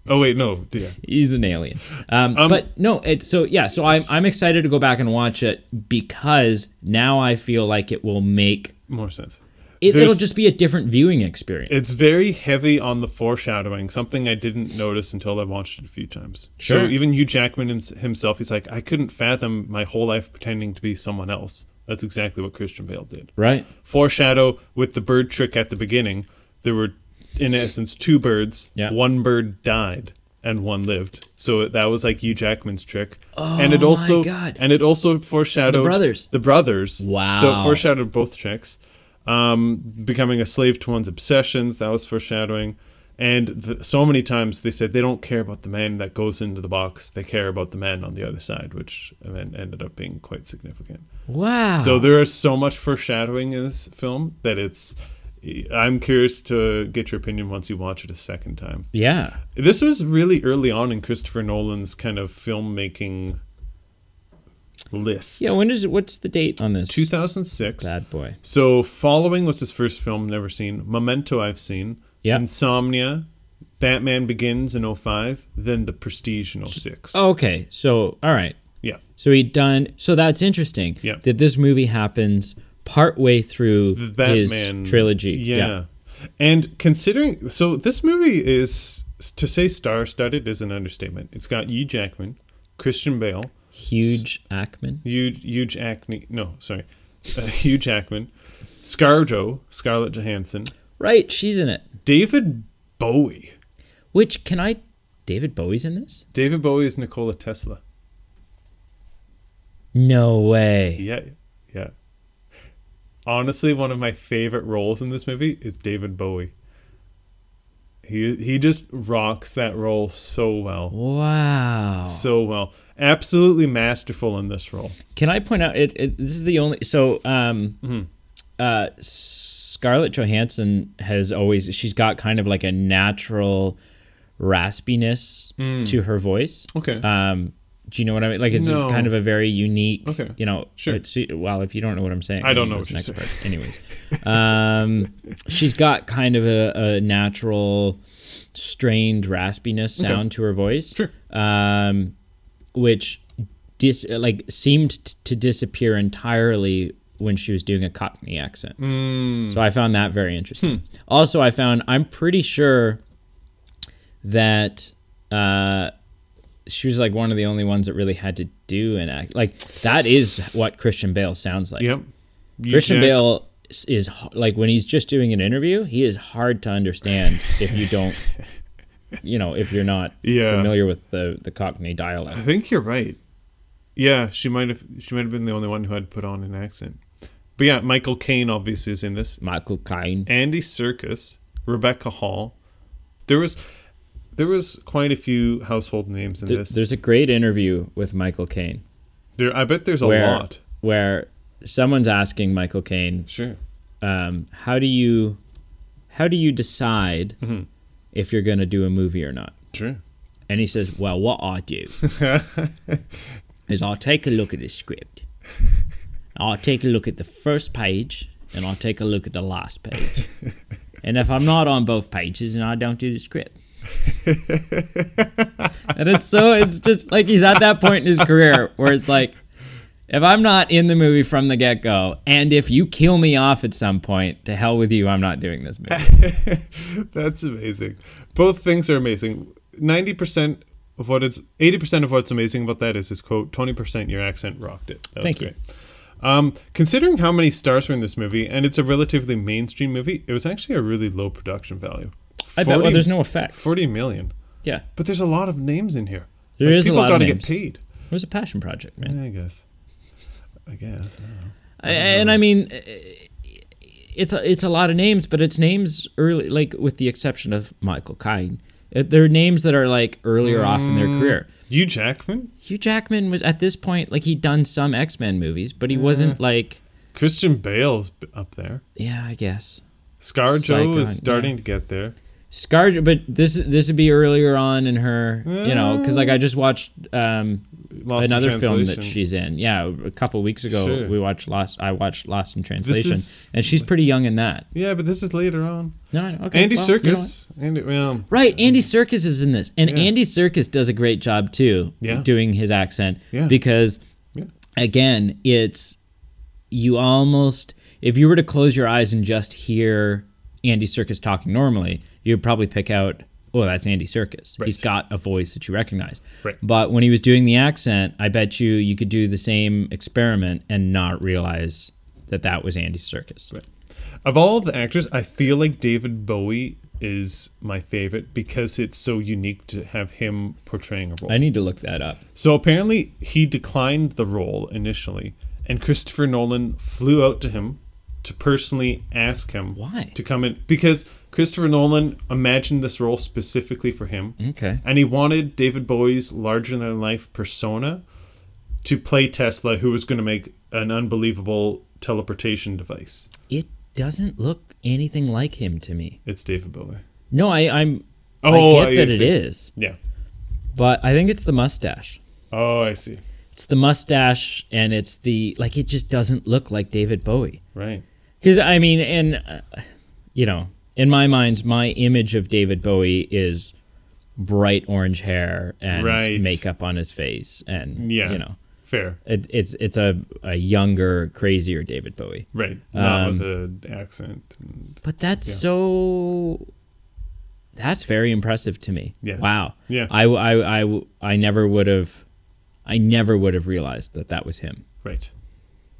Speaker 2: oh wait, no, yeah,
Speaker 1: He's an alien. Um,
Speaker 2: Um,
Speaker 1: but no, it's so yeah. So I'm I'm excited to go back and watch it because now I feel like it will make
Speaker 2: more sense.
Speaker 1: it,
Speaker 2: There's-
Speaker 1: it'll just be a different viewing experience.
Speaker 2: It's very heavy on the foreshadowing, something I didn't notice until I watched it a few times.
Speaker 1: Sure.
Speaker 2: So even Hugh Jackman hims- himself, he's like, I couldn't fathom my whole life pretending to be someone else. That's exactly what Christian Bale did.
Speaker 1: right.
Speaker 2: foreshadow with the bird trick at the beginning. There were, in essence, two birds.
Speaker 1: Yeah.
Speaker 2: One bird died and one lived. So that was like Hugh Jackman's trick. Oh and
Speaker 1: my
Speaker 2: it also,
Speaker 1: God.
Speaker 2: And it also foreshadowed
Speaker 1: brothers.
Speaker 2: The brothers.
Speaker 1: Wow.
Speaker 2: So it foreshadowed both tricks. Um, becoming a slave to one's obsessions. That was foreshadowing. And th so many times they said they don't care about the man that goes into the box. They care about the man on the other side, which I mean, ended up being quite significant.
Speaker 1: Wow.
Speaker 2: So there is so much foreshadowing in this film that it's. I'm curious to get your opinion once you watch it a second time.
Speaker 1: yeah.
Speaker 2: This was really early on in Christopher Nolan's kind of filmmaking list.
Speaker 1: Yeah. When is it? What's the date on this?
Speaker 2: 2006.
Speaker 1: Bad boy.
Speaker 2: So Following was his first film, never seen. Memento, I've seen.
Speaker 1: Yeah.
Speaker 2: Insomnia. Batman Begins in 05. Then The Prestige in 06.
Speaker 1: Okay. So all right.
Speaker 2: Yeah.
Speaker 1: So he done. So that's interesting.
Speaker 2: Yeah.
Speaker 1: That this movie happens partway through
Speaker 2: the
Speaker 1: his
Speaker 2: Batman
Speaker 1: trilogy.
Speaker 2: Yeah. And considering so this movie is to say star studded is an understatement. It's got Hugh Jackman, Christian Bale,
Speaker 1: Huge Ackman.
Speaker 2: Hugh Hugh Jackman, no, sorry. Uh, Hugh Jackman, ScarJo, Scarlett Johansson,
Speaker 1: Right. She's in it.
Speaker 2: David Bowie.
Speaker 1: Which can I? David Bowie's in this?
Speaker 2: David Bowie is Nikola Tesla.
Speaker 1: No way.
Speaker 2: Yeah. Yeah. Honestly, one of my favorite roles in this movie is David Bowie. He he just rocks that role so well.
Speaker 1: Wow.
Speaker 2: so well. Absolutely masterful in this role.
Speaker 1: Can I point out it, it this is the only so um
Speaker 2: Mm-hmm.
Speaker 1: uh Scarlett Johansson has always she's got kind of like a natural raspiness
Speaker 2: Mm.
Speaker 1: to her voice.
Speaker 2: Okay.
Speaker 1: Um do you know what I mean? Like it's
Speaker 2: No.
Speaker 1: kind of a very unique,
Speaker 2: Okay.
Speaker 1: you know.
Speaker 2: Sure.
Speaker 1: but see- well, if you don't know what I'm saying,
Speaker 2: I don't know
Speaker 1: those
Speaker 2: what you're saying.
Speaker 1: parts. Anyways, um, she's got kind of a, a natural, strained raspiness sound to her voice.
Speaker 2: Sure.
Speaker 1: Um, which dis like seemed t- to disappear entirely when she was doing a Cockney accent.
Speaker 2: Hmm.
Speaker 1: So I found that very interesting. Also, I found I'm pretty sure that uh, she was like one of the only ones that really had to do an act. Like that is what Christian Bale sounds like.
Speaker 2: yep. You
Speaker 1: Christian
Speaker 2: Jack-
Speaker 1: Bale is, is h- like when he's just doing an interview, he is hard to understand if you don't, you know, if you're not
Speaker 2: Yeah.
Speaker 1: familiar with the the Cockney
Speaker 2: I
Speaker 1: dialect.
Speaker 2: think you're right. Yeah, she might have she might have been the only one who had put on an accent. But yeah, Michael Caine obviously is in this.
Speaker 1: Michael Caine.
Speaker 2: Andy Circus, Rebecca Hall. There was there was quite a few household names in
Speaker 1: Th-
Speaker 2: this.
Speaker 1: There's a great interview with Michael Caine
Speaker 2: There I bet there's a
Speaker 1: where
Speaker 2: lot.
Speaker 1: where someone's asking Michael Caine,
Speaker 2: Sure.
Speaker 1: um, how do you how do you decide if you're going to do a movie or not?
Speaker 2: Sure.
Speaker 1: And he says, Well, what I do is I'll take a look at the script I'll take a look at the first page and I'll take a look at the last page. and if I'm not on both pages and I don't do the script. and it's so it's just like he's at that point in his career where it's like if I'm not in the movie from the get go, and if you kill me off at some point, to hell with you, I'm not doing this movie.
Speaker 2: That's amazing. Both things are amazing. Ninety percent of what it's eighty percent of what's amazing about that is his quote. Twenty percent, your accent rocked it. That was
Speaker 1: Thank you.
Speaker 2: great. Um, considering how many stars were in this movie, and it's a relatively mainstream movie, it was actually a really low production value.
Speaker 1: I bet well, there's no effects.
Speaker 2: forty million,
Speaker 1: yeah,
Speaker 2: but there's a lot of names in here.
Speaker 1: There is a
Speaker 2: people
Speaker 1: lot of
Speaker 2: gotta
Speaker 1: names.
Speaker 2: get paid.
Speaker 1: it was a passion project, man.
Speaker 2: Yeah, I guess. I guess. I don't know.
Speaker 1: I- and I mean, eh, it's a, it's a lot of names, but it's names early, like with the exception of Michael Caine. Eh, They're names that are like earlier off in
Speaker 2: Mm.
Speaker 1: their career.
Speaker 2: Hugh Jackman,
Speaker 1: Hugh Jackman was at this point like he'd done some X Men movies, but he wasn't like
Speaker 2: Christian Bale's b- up there.
Speaker 1: yeah, I guess.
Speaker 2: Scarjo
Speaker 1: Saigon,
Speaker 2: is starting
Speaker 1: uh, yeah.
Speaker 2: to get there.
Speaker 1: Scar, but this this would be earlier on in her, you know, because like I just watched um,
Speaker 2: Lost in
Speaker 1: another film that
Speaker 2: Translation.
Speaker 1: she's in. Yeah, a couple weeks ago
Speaker 2: Sure.
Speaker 1: we watched Lost. I watched Lost in Translation,
Speaker 2: is-
Speaker 1: and she's pretty young in that.
Speaker 2: Yeah, but this is later on.
Speaker 1: No, no, okay.
Speaker 2: Andy
Speaker 1: well, you know what?
Speaker 2: Circus. Andy, um, well,
Speaker 1: Right, Andy Circus is in this, and
Speaker 2: Yeah.
Speaker 1: Andy Circus does a great job too,
Speaker 2: Yeah.
Speaker 1: doing his accent
Speaker 2: Yeah.
Speaker 1: because,
Speaker 2: Yeah.
Speaker 1: again, it's you almost if you were to close your eyes and just hear Andy Circus talking normally, you'd probably pick out, oh, that's Andy Circus.
Speaker 2: Right.
Speaker 1: He's got a voice that you recognize.
Speaker 2: Right.
Speaker 1: But when he was doing the accent, I bet you you could do the same experiment and not realize that that was Andy Circus.
Speaker 2: of all the actors, I feel like David Bowie is my favorite because it's so unique to have him portraying a role.
Speaker 1: I need to look that up.
Speaker 2: So apparently, he declined the role initially, and Christopher Nolan flew out to him to personally ask him
Speaker 1: Why?
Speaker 2: to come in because Christopher Nolan imagined this role specifically for him.
Speaker 1: Okay.
Speaker 2: And he wanted David Bowie's larger than life persona to play Tesla, who was going to make an unbelievable teleportation device.
Speaker 1: It doesn't look anything like him to me.
Speaker 2: It's David Bowie.
Speaker 1: No, I, I'm.
Speaker 2: Oh,
Speaker 1: I
Speaker 2: I
Speaker 1: get that it
Speaker 2: see.
Speaker 1: is,
Speaker 2: Yeah.
Speaker 1: but I think it's the mustache.
Speaker 2: Oh, I see.
Speaker 1: It's the mustache, and it's the like. It just doesn't look like David Bowie.
Speaker 2: Right.
Speaker 1: Because I mean, and uh, you know, in my mind, my image of David Bowie is bright orange hair and
Speaker 2: Right.
Speaker 1: makeup on his face, and
Speaker 2: Yeah.
Speaker 1: you know,
Speaker 2: Fair.
Speaker 1: it, it's it's a, a younger, crazier David Bowie.
Speaker 2: Right. Not
Speaker 1: Um,
Speaker 2: with an accent. And,
Speaker 1: But that's
Speaker 2: Yeah.
Speaker 1: so. That's very impressive to me.
Speaker 2: Yeah.
Speaker 1: Wow.
Speaker 2: Yeah.
Speaker 1: I, w- I, w- I, w- I never would have, I never would have realized that that was him.
Speaker 2: right.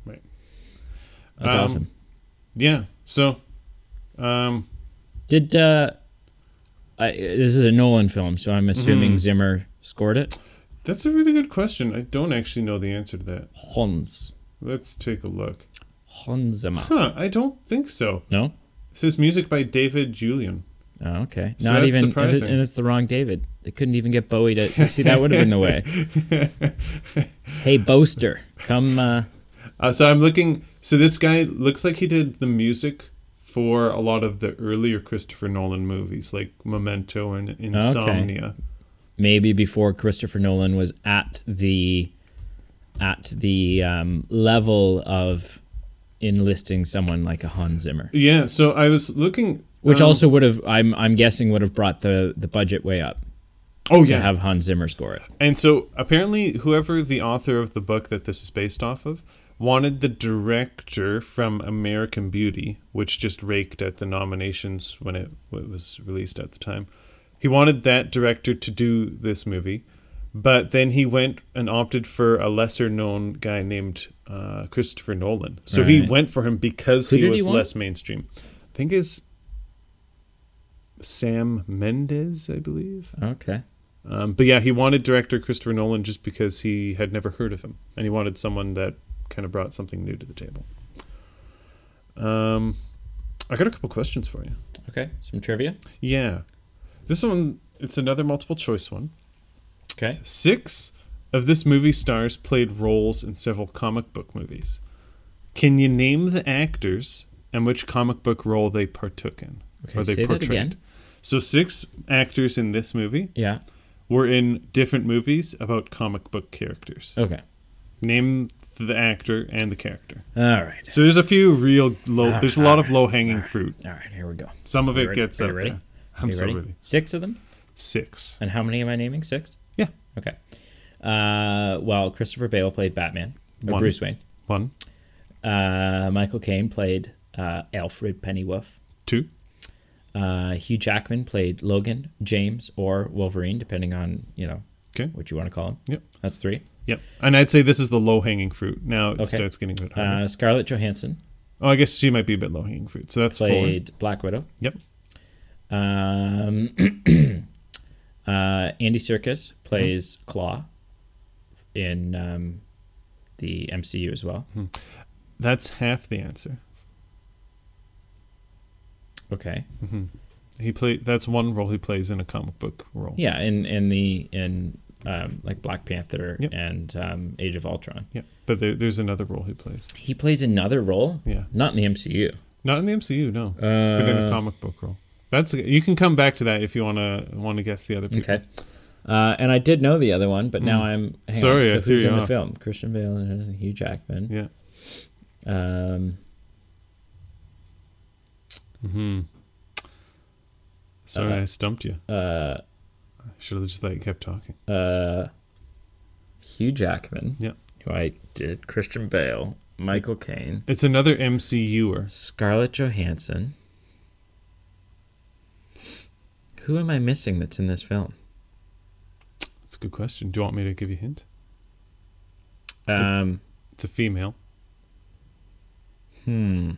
Speaker 2: Right.
Speaker 1: That's
Speaker 2: Um,
Speaker 1: awesome.
Speaker 2: Yeah. So, um,
Speaker 1: Did uh, I, this is a Nolan film, so I'm assuming
Speaker 2: Mm-hmm.
Speaker 1: Zimmer scored it.
Speaker 2: that's a really good question. I don't actually know the answer to that.
Speaker 1: Hans,
Speaker 2: Let's take a look.
Speaker 1: Hans Zimmer.
Speaker 2: Huh. I don't think so.
Speaker 1: No.
Speaker 2: It says music by David Julian.
Speaker 1: Oh, okay.
Speaker 2: So
Speaker 1: Not
Speaker 2: that's
Speaker 1: even, and it-
Speaker 2: surprising.
Speaker 1: and it's the wrong David. They couldn't even get Bowie to see. That would have been the way. hey, boaster, come. Uh,
Speaker 2: Uh, so I'm looking. So this guy looks like he did the music for a lot of the earlier Christopher Nolan movies, like Memento and Insomnia.
Speaker 1: maybe before Christopher Nolan was at the at the um, level of enlisting someone like a Hans Zimmer,
Speaker 2: Yeah. So I was looking,
Speaker 1: which
Speaker 2: um,
Speaker 1: also would have I'm I'm guessing would have brought the the budget way up
Speaker 2: oh
Speaker 1: to
Speaker 2: yeah,
Speaker 1: have Hans Zimmer score it.
Speaker 2: and so apparently whoever the author of the book that this is based off of wanted the director from American Beauty, which just raked at the nominations when it, when it was released at the time. He wanted that director to do this movie. But then he went and opted for a lesser known guy named uh, Christopher Nolan. So he
Speaker 1: Right.
Speaker 2: went for him because
Speaker 1: Who
Speaker 2: he
Speaker 1: did he
Speaker 2: was
Speaker 1: want?
Speaker 2: less mainstream. I think it's Sam Mendes, I believe.
Speaker 1: Okay,
Speaker 2: Um, but yeah, he wanted director Christopher Nolan just because he had never heard of him, and he wanted someone that kind of brought something new to the table. Um, I got a couple questions for you.
Speaker 1: okay, some trivia.
Speaker 2: Yeah, this one it's another multiple choice one.
Speaker 1: Okay,
Speaker 2: Six of this movie stars played roles in several comic book movies. Can you name the actors and which comic book role they partook in
Speaker 1: Okay, say that again.
Speaker 2: So six actors in this movie
Speaker 1: yeah,
Speaker 2: were in different movies about comic book characters.
Speaker 1: okay.
Speaker 2: Name the actor and the character.
Speaker 1: All right.
Speaker 2: So there's a few real low.
Speaker 1: All
Speaker 2: there's a
Speaker 1: right,
Speaker 2: lot
Speaker 1: all
Speaker 2: of
Speaker 1: right,
Speaker 2: low hanging
Speaker 1: all right,
Speaker 2: fruit.
Speaker 1: All right, here we go.
Speaker 2: Some of
Speaker 1: You
Speaker 2: it
Speaker 1: ready?
Speaker 2: gets
Speaker 1: ah, Are you
Speaker 2: up
Speaker 1: ready?
Speaker 2: there. I'm
Speaker 1: You
Speaker 2: so
Speaker 1: ready?
Speaker 2: ready.
Speaker 1: Six of them?
Speaker 2: Six.
Speaker 1: And how many am I naming? Six?
Speaker 2: Yeah.
Speaker 1: Okay. Uh, well, Christopher Bale played Batman, or
Speaker 2: One.
Speaker 1: Bruce Wayne.
Speaker 2: One,
Speaker 1: Uh, Michael Caine played uh, Alfred Pennyworth.
Speaker 2: two,
Speaker 1: Uh, Hugh Jackman played Logan, James, or Wolverine, depending on you know
Speaker 2: Okay.
Speaker 1: what you want to call him.
Speaker 2: Yep.
Speaker 1: That's three.
Speaker 2: Yep. And I'd say this is the low hanging fruit. Now it
Speaker 1: Okay.
Speaker 2: starts getting a bit harder.
Speaker 1: Uh, Scarlett Johansson
Speaker 2: oh, I guess she might be a bit low hanging fruit. So that's
Speaker 1: played Black Widow.
Speaker 2: four. Yep.
Speaker 1: Um, uh, Andy Serkis plays
Speaker 2: Mm-hmm.
Speaker 1: Claw in um, the MCU as well.
Speaker 2: That's half the answer. Mm-hmm.
Speaker 1: Okay.
Speaker 2: He play that's one role he plays in a comic book role.
Speaker 1: Yeah, in in the in um, like Black Panther
Speaker 2: Yep.
Speaker 1: and um, Age of Ultron.
Speaker 2: Yeah. But there, there's another role he plays.
Speaker 1: He plays another role.
Speaker 2: Yeah.
Speaker 1: Not in the MCU.
Speaker 2: Not in the MCU, no. but in a
Speaker 1: Uh,
Speaker 2: comic book role. That's you can come back to that if you wanna wanna guess the other people.
Speaker 1: Okay. Uh, and I did know the other one, but now I'm hang
Speaker 2: Hmm. Sorry,
Speaker 1: On. So
Speaker 2: I threw
Speaker 1: who's
Speaker 2: you
Speaker 1: in the
Speaker 2: off.
Speaker 1: film? Christian Bale and Hugh Jackman.
Speaker 2: Yeah.
Speaker 1: Um,
Speaker 2: Sorry,
Speaker 1: Uh,
Speaker 2: Mm-hmm. I stumped you. Uh I should have just like kept talking.
Speaker 1: uh, Hugh Jackman.
Speaker 2: Yeah.
Speaker 1: Who I did. Christian Bale. Michael Caine.
Speaker 2: It's another MCUer.
Speaker 1: Scarlett Johansson. Who am I missing that's in this film?
Speaker 2: That's a good question. Do you want me to give you a hint?
Speaker 1: Um,
Speaker 2: It's a female.
Speaker 1: hmm.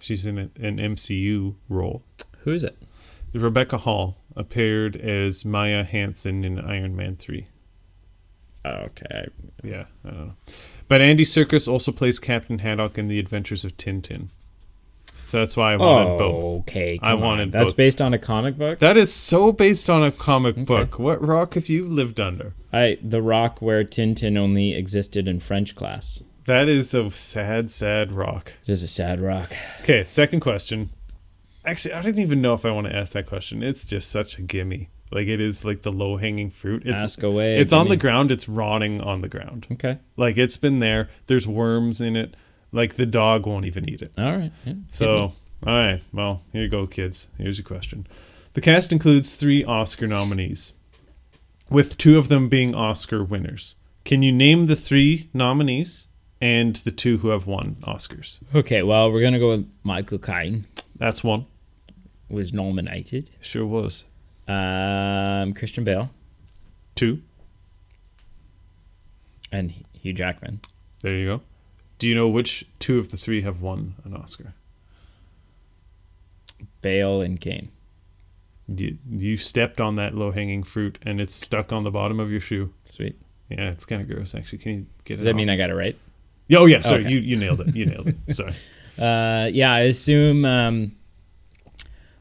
Speaker 2: She's in a, an MCU role.
Speaker 1: Who is it?
Speaker 2: Rebecca Hall appeared as Maya Hansen in Iron Man 3.
Speaker 1: Okay.
Speaker 2: Yeah, I don't know. But Andy Serkis also plays Captain Haddock in The Adventures of Tintin. So that's why I wanted both.
Speaker 1: Oh, okay.
Speaker 2: I
Speaker 1: come on.
Speaker 2: wanted
Speaker 1: That's
Speaker 2: both.
Speaker 1: based on a comic book.
Speaker 2: That is so based on a comic book. What rock have you lived under?
Speaker 1: I The Rock, where Tintin only existed in French class.
Speaker 2: That is a sad, sad rock.
Speaker 1: It is a sad rock.
Speaker 2: Okay, second question. Actually, I didn't even know if I want to ask that question. It's just such a gimme. Like it is like the low hanging fruit. It's
Speaker 1: Ask away,
Speaker 2: It's on the
Speaker 1: gimme.
Speaker 2: ground. It's rotting on the ground.
Speaker 1: Okay.
Speaker 2: Like it's been there. There's worms in it. Like the dog won't even eat it.
Speaker 1: All right. yeah, hit me.
Speaker 2: So, all right. Well, here you go, kids. Here's your question. The cast includes three Oscar nominees, with two of them being Oscar winners. Can you name the three nominees and the two who have won Oscars?
Speaker 1: okay. Well, we're gonna go with Michael Caine
Speaker 2: That's one.
Speaker 1: was nominated.
Speaker 2: Sure was.
Speaker 1: Um, Christian Bale
Speaker 2: Two.
Speaker 1: and Hugh Jackman.
Speaker 2: There you go. Do you know which two of the three have won an Oscar?
Speaker 1: Bale and Caine.
Speaker 2: You, you stepped on that low hanging fruit and it's stuck on the bottom of your shoe.
Speaker 1: Sweet.
Speaker 2: Yeah, it's kind of gross, actually. Can you get
Speaker 1: Does
Speaker 2: it?
Speaker 1: that mean
Speaker 2: off?
Speaker 1: I got it right?
Speaker 2: Oh, yeah. Sorry.
Speaker 1: Okay.
Speaker 2: You, you nailed it. You nailed it. Sorry.
Speaker 1: Uh, yeah. I assume. Um,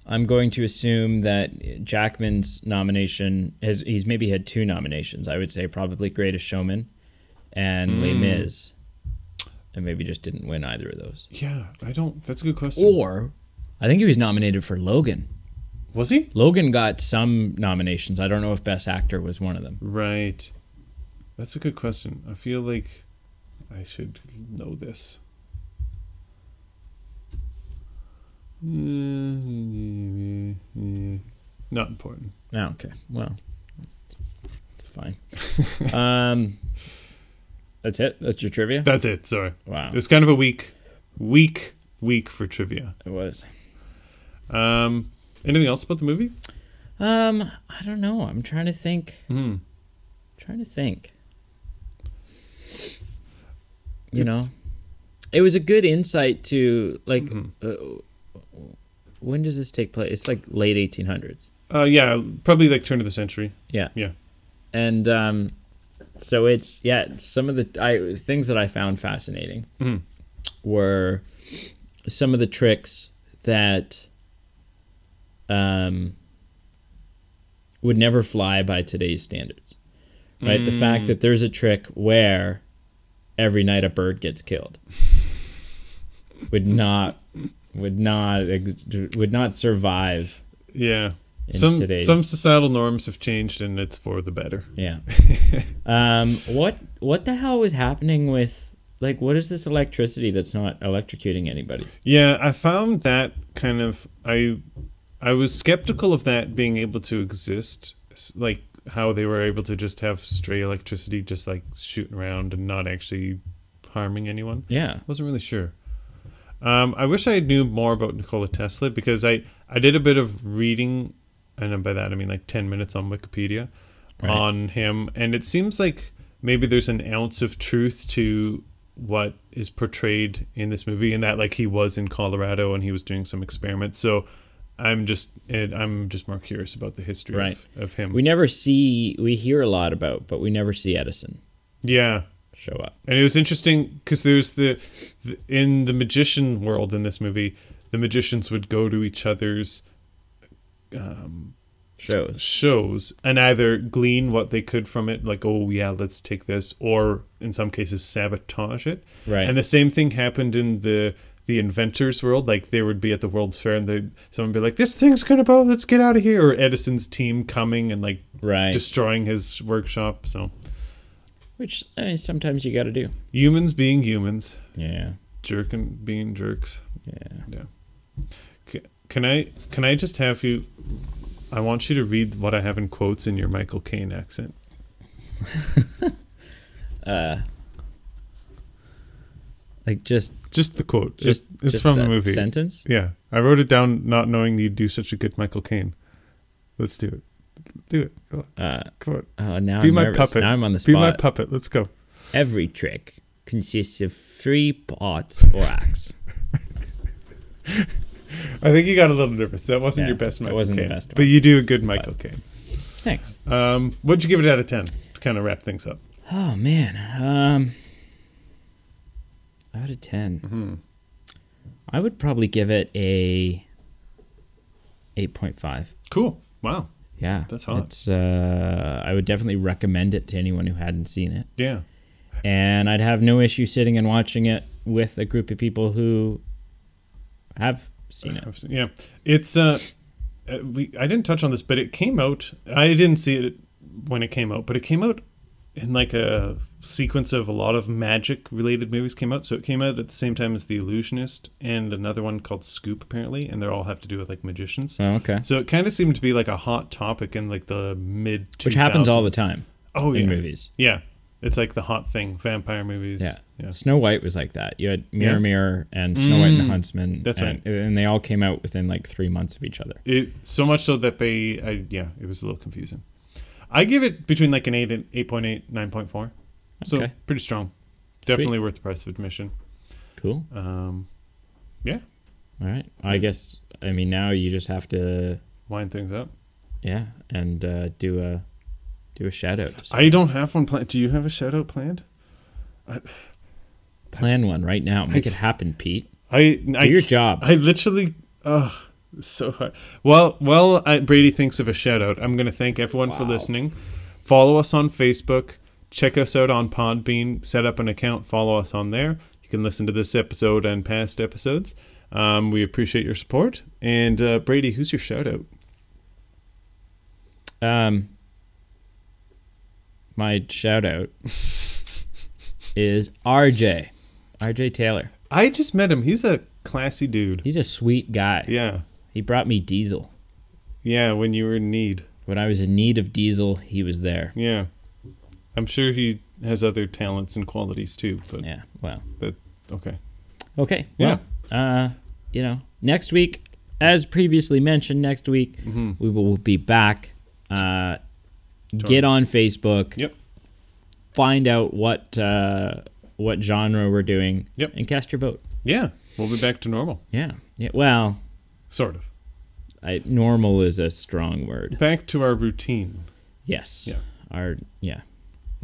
Speaker 1: I'm going to assume that Jackman's nomination has he's maybe had two nominations. I would say probably Greatest Showman and Les Mis, and maybe just didn't win either of those.
Speaker 2: Yeah, I don't. That's a good question.
Speaker 1: Or I think he was nominated for Logan.
Speaker 2: Was he?
Speaker 1: Logan got some nominations. I don't know if Best Actor was one of them.
Speaker 2: Right. That's a good question. I feel like I should know this. Not important.
Speaker 1: Oh, okay. Well, it's fine. um, that's it. That's your trivia.
Speaker 2: That's it. Sorry.
Speaker 1: Wow,
Speaker 2: It was kind of a weak, weak, week for trivia.
Speaker 1: it was.
Speaker 2: Um, anything else about the movie?
Speaker 1: Um, I don't know. I'm trying to think.
Speaker 2: Hmm.
Speaker 1: trying to think. You know, it was a good insight to like.
Speaker 2: Mm-hmm. hmm.
Speaker 1: Uh, when does this take place? It's like late 1800s.
Speaker 2: Uh, yeah, probably like turn of the century.
Speaker 1: Yeah.
Speaker 2: Yeah.
Speaker 1: and um, so it's yeah some of the I, things that i found fascinating
Speaker 2: Mhm.
Speaker 1: were some of the tricks that um, would never fly by today's standards right the fact
Speaker 2: Mm.
Speaker 1: that there's a trick where every night a bird gets killed would not would not ex- would not survive
Speaker 2: Yeah.
Speaker 1: in
Speaker 2: some
Speaker 1: today's
Speaker 2: some societal norms have changed, and it's for the better.
Speaker 1: yeah. um, what what the hell was happening with like what is this electricity that's not electrocuting anybody?
Speaker 2: Yeah, I found that kind of I I was skeptical of that being able to exist, s- like how they were able to just have stray electricity just like shooting around and not actually harming anyone.
Speaker 1: Yeah.
Speaker 2: Wasn't really sure. Um, I wish I knew more about Nikola Tesla because I I did a bit of reading, and by that I mean like ten minutes on Wikipedia
Speaker 1: Right.
Speaker 2: on him, and it seems like maybe there's an ounce of truth to what is portrayed in this movie, and that like he was in Colorado and he was doing some experiments. So I'm just it, I'm just more curious about the history
Speaker 1: Right.
Speaker 2: of, of him.
Speaker 1: We never see we hear a lot about, but we never see Edison
Speaker 2: yeah,
Speaker 1: show up.
Speaker 2: And it was interesting because there's the, the in the magician world in this movie, the magicians would go to each other's
Speaker 1: Shows.
Speaker 2: shows and either glean what they could from it, like oh yeah, let's take this, or in some cases sabotage it.
Speaker 1: Right.
Speaker 2: And the same thing happened in the the inventors world. Like they would be at the World's Fair and they someone would be like, this thing's gonna blow, let's get out of here. Or Edison's team coming and like
Speaker 1: Right.
Speaker 2: destroying his workshop. So
Speaker 1: Which I mean, sometimes you got to do.
Speaker 2: humans being humans,
Speaker 1: Yeah.
Speaker 2: jerking being jerks.
Speaker 1: Yeah.
Speaker 2: Yeah. C- Can I can I just have you? I want you to read what I have in quotes in your Michael Caine accent.
Speaker 1: Like just
Speaker 2: Just the quote. It-
Speaker 1: just
Speaker 2: it's
Speaker 1: just
Speaker 2: from the
Speaker 1: that
Speaker 2: movie.
Speaker 1: sentence.
Speaker 2: Yeah, I wrote it down, not knowing you'd do such a good Michael Caine. Let's do it. Do it. Come on.
Speaker 1: Uh,
Speaker 2: Come on.
Speaker 1: oh, now
Speaker 2: Be
Speaker 1: I'm
Speaker 2: my
Speaker 1: nervous.
Speaker 2: puppet.
Speaker 1: Now I'm on the spot.
Speaker 2: Be my puppet. Let's go.
Speaker 1: Every trick consists of three parts or acts.
Speaker 2: I think you got a little nervous. That wasn't
Speaker 1: Yeah,
Speaker 2: your best
Speaker 1: that
Speaker 2: Michael
Speaker 1: wasn't the
Speaker 2: Caine,
Speaker 1: best
Speaker 2: but
Speaker 1: one.
Speaker 2: you do a good Michael Caine.
Speaker 1: Thanks.
Speaker 2: Um, what'd you give it out of ten? To kind of wrap things up.
Speaker 1: Oh man. Um out of 10.
Speaker 2: Mm-hmm.
Speaker 1: I would probably give it a 8.5.
Speaker 2: Cool. Wow.
Speaker 1: Yeah.
Speaker 2: That's hot.
Speaker 1: It's uh I would definitely recommend it to anyone who hadn't seen it.
Speaker 2: Yeah.
Speaker 1: And I'd have no issue sitting and watching it with a group of people who have seen it.
Speaker 2: I've seen- yeah, it's uh, uh, we I didn't touch on this, but it came out. I didn't see it when it came out, but it came out in like a sequence of a lot of magic related movies came out. So it came out at the same time as The Illusionist and another one called Scoop, apparently, and they all have to do with like magicians.
Speaker 1: Oh, okay.
Speaker 2: So it kind of seemed to be like a hot topic in like the mid
Speaker 1: Which happens all the
Speaker 2: 2000s.
Speaker 1: time
Speaker 2: Oh yeah,
Speaker 1: in movies.
Speaker 2: yeah. It's like the hot thing, vampire movies.
Speaker 1: Yeah.
Speaker 2: yeah.
Speaker 1: Snow White was like that. You had Mirror
Speaker 2: Yeah.
Speaker 1: Mirror and Snow White and the
Speaker 2: Mm,
Speaker 1: Huntsman.
Speaker 2: that's
Speaker 1: and, And they all came out within like three months of each other.
Speaker 2: It so much so that they, I, yeah, it was a little confusing. I give it between like an eight and 8.8, 9.4. So
Speaker 1: Okay.
Speaker 2: pretty strong. Definitely worth the price of admission.
Speaker 1: Cool.
Speaker 2: Um, yeah,
Speaker 1: All right. I guess I mean now you just have to
Speaker 2: wind things up.
Speaker 1: yeah and uh, do a do a shout out. So
Speaker 2: I don't have one planned. Do you have a shout out planned?
Speaker 1: plan one right now. Make it happen, Pete.
Speaker 2: I, I
Speaker 1: Do your job.
Speaker 2: I literally, oh, so hard. Well, well, I, Brady thinks of a shout out. I'm going to thank everyone for listening. Follow us on Facebook. Check us out on Podbean. Set up an account. Follow us on there. You can listen to this episode and past episodes. Um, we appreciate your support. And uh, Brady, who's your shout out?
Speaker 1: Um, my shout out is RJ, RJ Taylor.
Speaker 2: I just met him. He's a classy dude.
Speaker 1: He's a sweet guy.
Speaker 2: Yeah.
Speaker 1: He brought me diesel
Speaker 2: Yeah. When you were in need.
Speaker 1: when I was in need of diesel. He was there.
Speaker 2: Yeah. I'm sure he has other talents and qualities too. But
Speaker 1: Yeah. Well.
Speaker 2: that, okay.
Speaker 1: Okay.
Speaker 2: Yeah.
Speaker 1: Well, uh, you know, next week, as previously mentioned, next week
Speaker 2: Mm-hmm.
Speaker 1: we will be back. Uh, get on Facebook.
Speaker 2: Yep.
Speaker 1: Find out what uh, what genre we're doing.
Speaker 2: Yep.
Speaker 1: And cast your vote.
Speaker 2: Yeah. We'll be back to normal.
Speaker 1: Yeah. Yeah. Well,
Speaker 2: Sort of.
Speaker 1: I, normal is a strong word.
Speaker 2: Back to our routine.
Speaker 1: Yes.
Speaker 2: Yeah.
Speaker 1: Our yeah.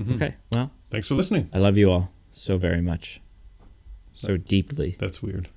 Speaker 1: Okay. Well,
Speaker 2: Thanks for listening.
Speaker 1: I love you all so very much, so deeply.
Speaker 2: That's weird.